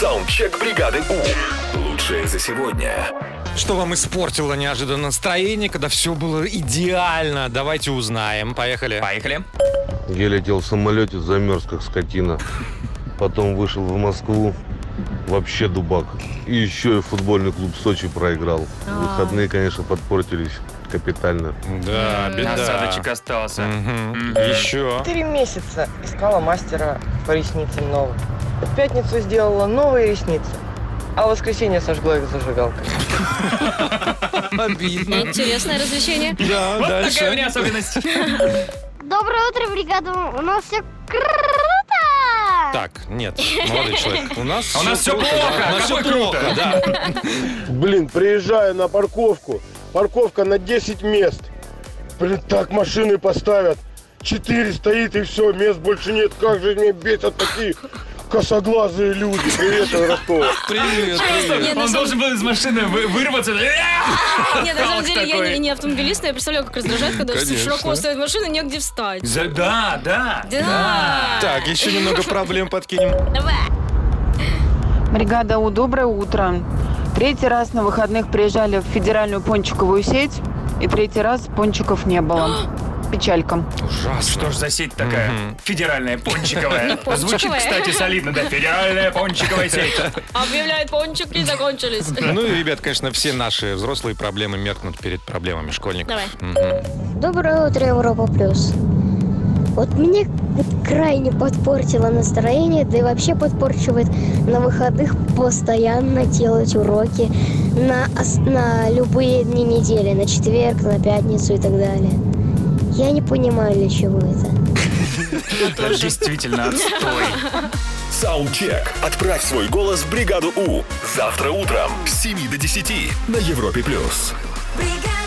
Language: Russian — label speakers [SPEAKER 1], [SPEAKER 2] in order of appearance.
[SPEAKER 1] Саундчек бригады У. Лучшее за сегодня.
[SPEAKER 2] Что вам испортило неожиданно настроение, когда все было идеально? Давайте узнаем. Поехали.
[SPEAKER 3] Поехали.
[SPEAKER 4] Я летел в самолете, замерз как скотина. Потом вышел в Москву, вообще дубак. И еще и футбольный клуб Сочи проиграл. Выходные, конечно, подпортились капитально.
[SPEAKER 2] Да,
[SPEAKER 3] Осадочек остался.
[SPEAKER 2] Мгм. Еще.
[SPEAKER 5] Четыре месяца искала мастера по ресницам новых. В пятницу сделала новые ресницы, а в воскресенье сожгла их зажигалкой.
[SPEAKER 6] Интересное развлечение.
[SPEAKER 2] Да,
[SPEAKER 3] Вот такая у
[SPEAKER 2] дальше.
[SPEAKER 3] меня особенность.
[SPEAKER 7] Доброе утро, бригада. У нас все круто!
[SPEAKER 2] Так, нет, молодой человек. У нас,
[SPEAKER 3] А у нас всё плохо,
[SPEAKER 2] да, У нас все
[SPEAKER 3] какой
[SPEAKER 2] плохо, да.
[SPEAKER 8] Блин, приезжаю на парковку. Парковка на 10 мест. Блин, так машины поставят. 4 стоит и все, мест больше нет. Как же меня бесят такие косоглазые люди. Привет, из Ростова.
[SPEAKER 2] Привет, привет.
[SPEAKER 6] Не, ну на
[SPEAKER 3] Он
[SPEAKER 6] самом-
[SPEAKER 3] должен был из машины вы- вырваться.
[SPEAKER 6] не, на самом
[SPEAKER 3] Калк
[SPEAKER 6] деле, я
[SPEAKER 3] такой.
[SPEAKER 6] не- не автомобилист, но я представляю, как раздражает, когда
[SPEAKER 2] Конечно.
[SPEAKER 6] широко стоит машина, негде встать.
[SPEAKER 3] За- Да, да.
[SPEAKER 6] Да.
[SPEAKER 2] Так, еще немного проблем подкинем.
[SPEAKER 6] Давай.
[SPEAKER 9] Бригада У, доброе утро. Третий раз на выходных приезжали в федеральную пончиковую сеть, и третий раз пончиков не было. Печалька.
[SPEAKER 2] Ужасно.
[SPEAKER 3] Что ж за сеть такая? Федеральная пончиковая.
[SPEAKER 6] пончиковая.
[SPEAKER 3] Звучит, кстати, солидно, да. Федеральная пончиковая сеть.
[SPEAKER 6] Объявляют пончики, закончились.
[SPEAKER 2] Ну и, ребят, конечно, все наши взрослые проблемы меркнут перед проблемами школьников.
[SPEAKER 6] Давай.
[SPEAKER 2] Мгм.
[SPEAKER 7] Доброе утро, Европа Плюс. Вот мне вот крайне подпортило настроение, да и вообще подпорчивает на выходных постоянно делать уроки на, ос- на любые дни недели, на четверг, на пятницу и так далее. Я не понимаю, для чего это.
[SPEAKER 3] Действительно, отстой.
[SPEAKER 1] Саундчек. Отправь свой голос в бригаду У. Завтра утром с 7 до 10 на Европе+. плюс.
[SPEAKER 10] бригада.